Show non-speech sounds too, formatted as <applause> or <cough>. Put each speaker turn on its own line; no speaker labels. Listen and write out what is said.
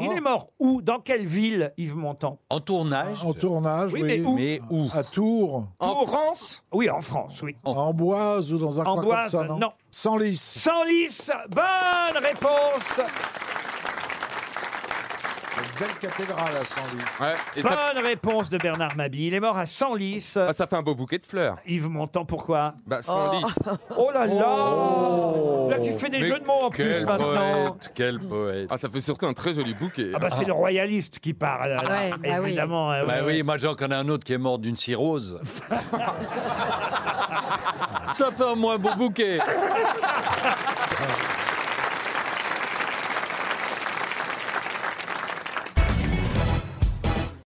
Il est mort où Dans quelle ville, Yves Montand
En tournage
En tournage,
Oui, mais où
Mais où
Ah,
À Tours,
En
Tours.
France
Oui, en France, oui.
à Amboise ou dans un coin
Amboise,
comme ça, non
non.
Sans lice.
Senlis, bonne réponse
Une belle cathédrale à Sans
ah,
lice.
Ouais, et ça,
Bonne réponse de Bernard Mabille. Il est mort à Senlis.
ah, ça fait un beau bouquet de fleurs.
Yves Montand, pourquoi
Bah, sans lit.
Oh là là Là, tu fais des jeux de mots en plus
quel
maintenant.
poète, quel poète.
Ah, ça fait surtout un très joli bouquet.
Ah bah c'est le royaliste qui parle,
ouais, bah oui.
évidemment. euh,
Bah
ouais.
oui, moi j'en connais un autre qui est mort
<laughs>
d'une cirrhose. Ça fait un moins beau bouquet.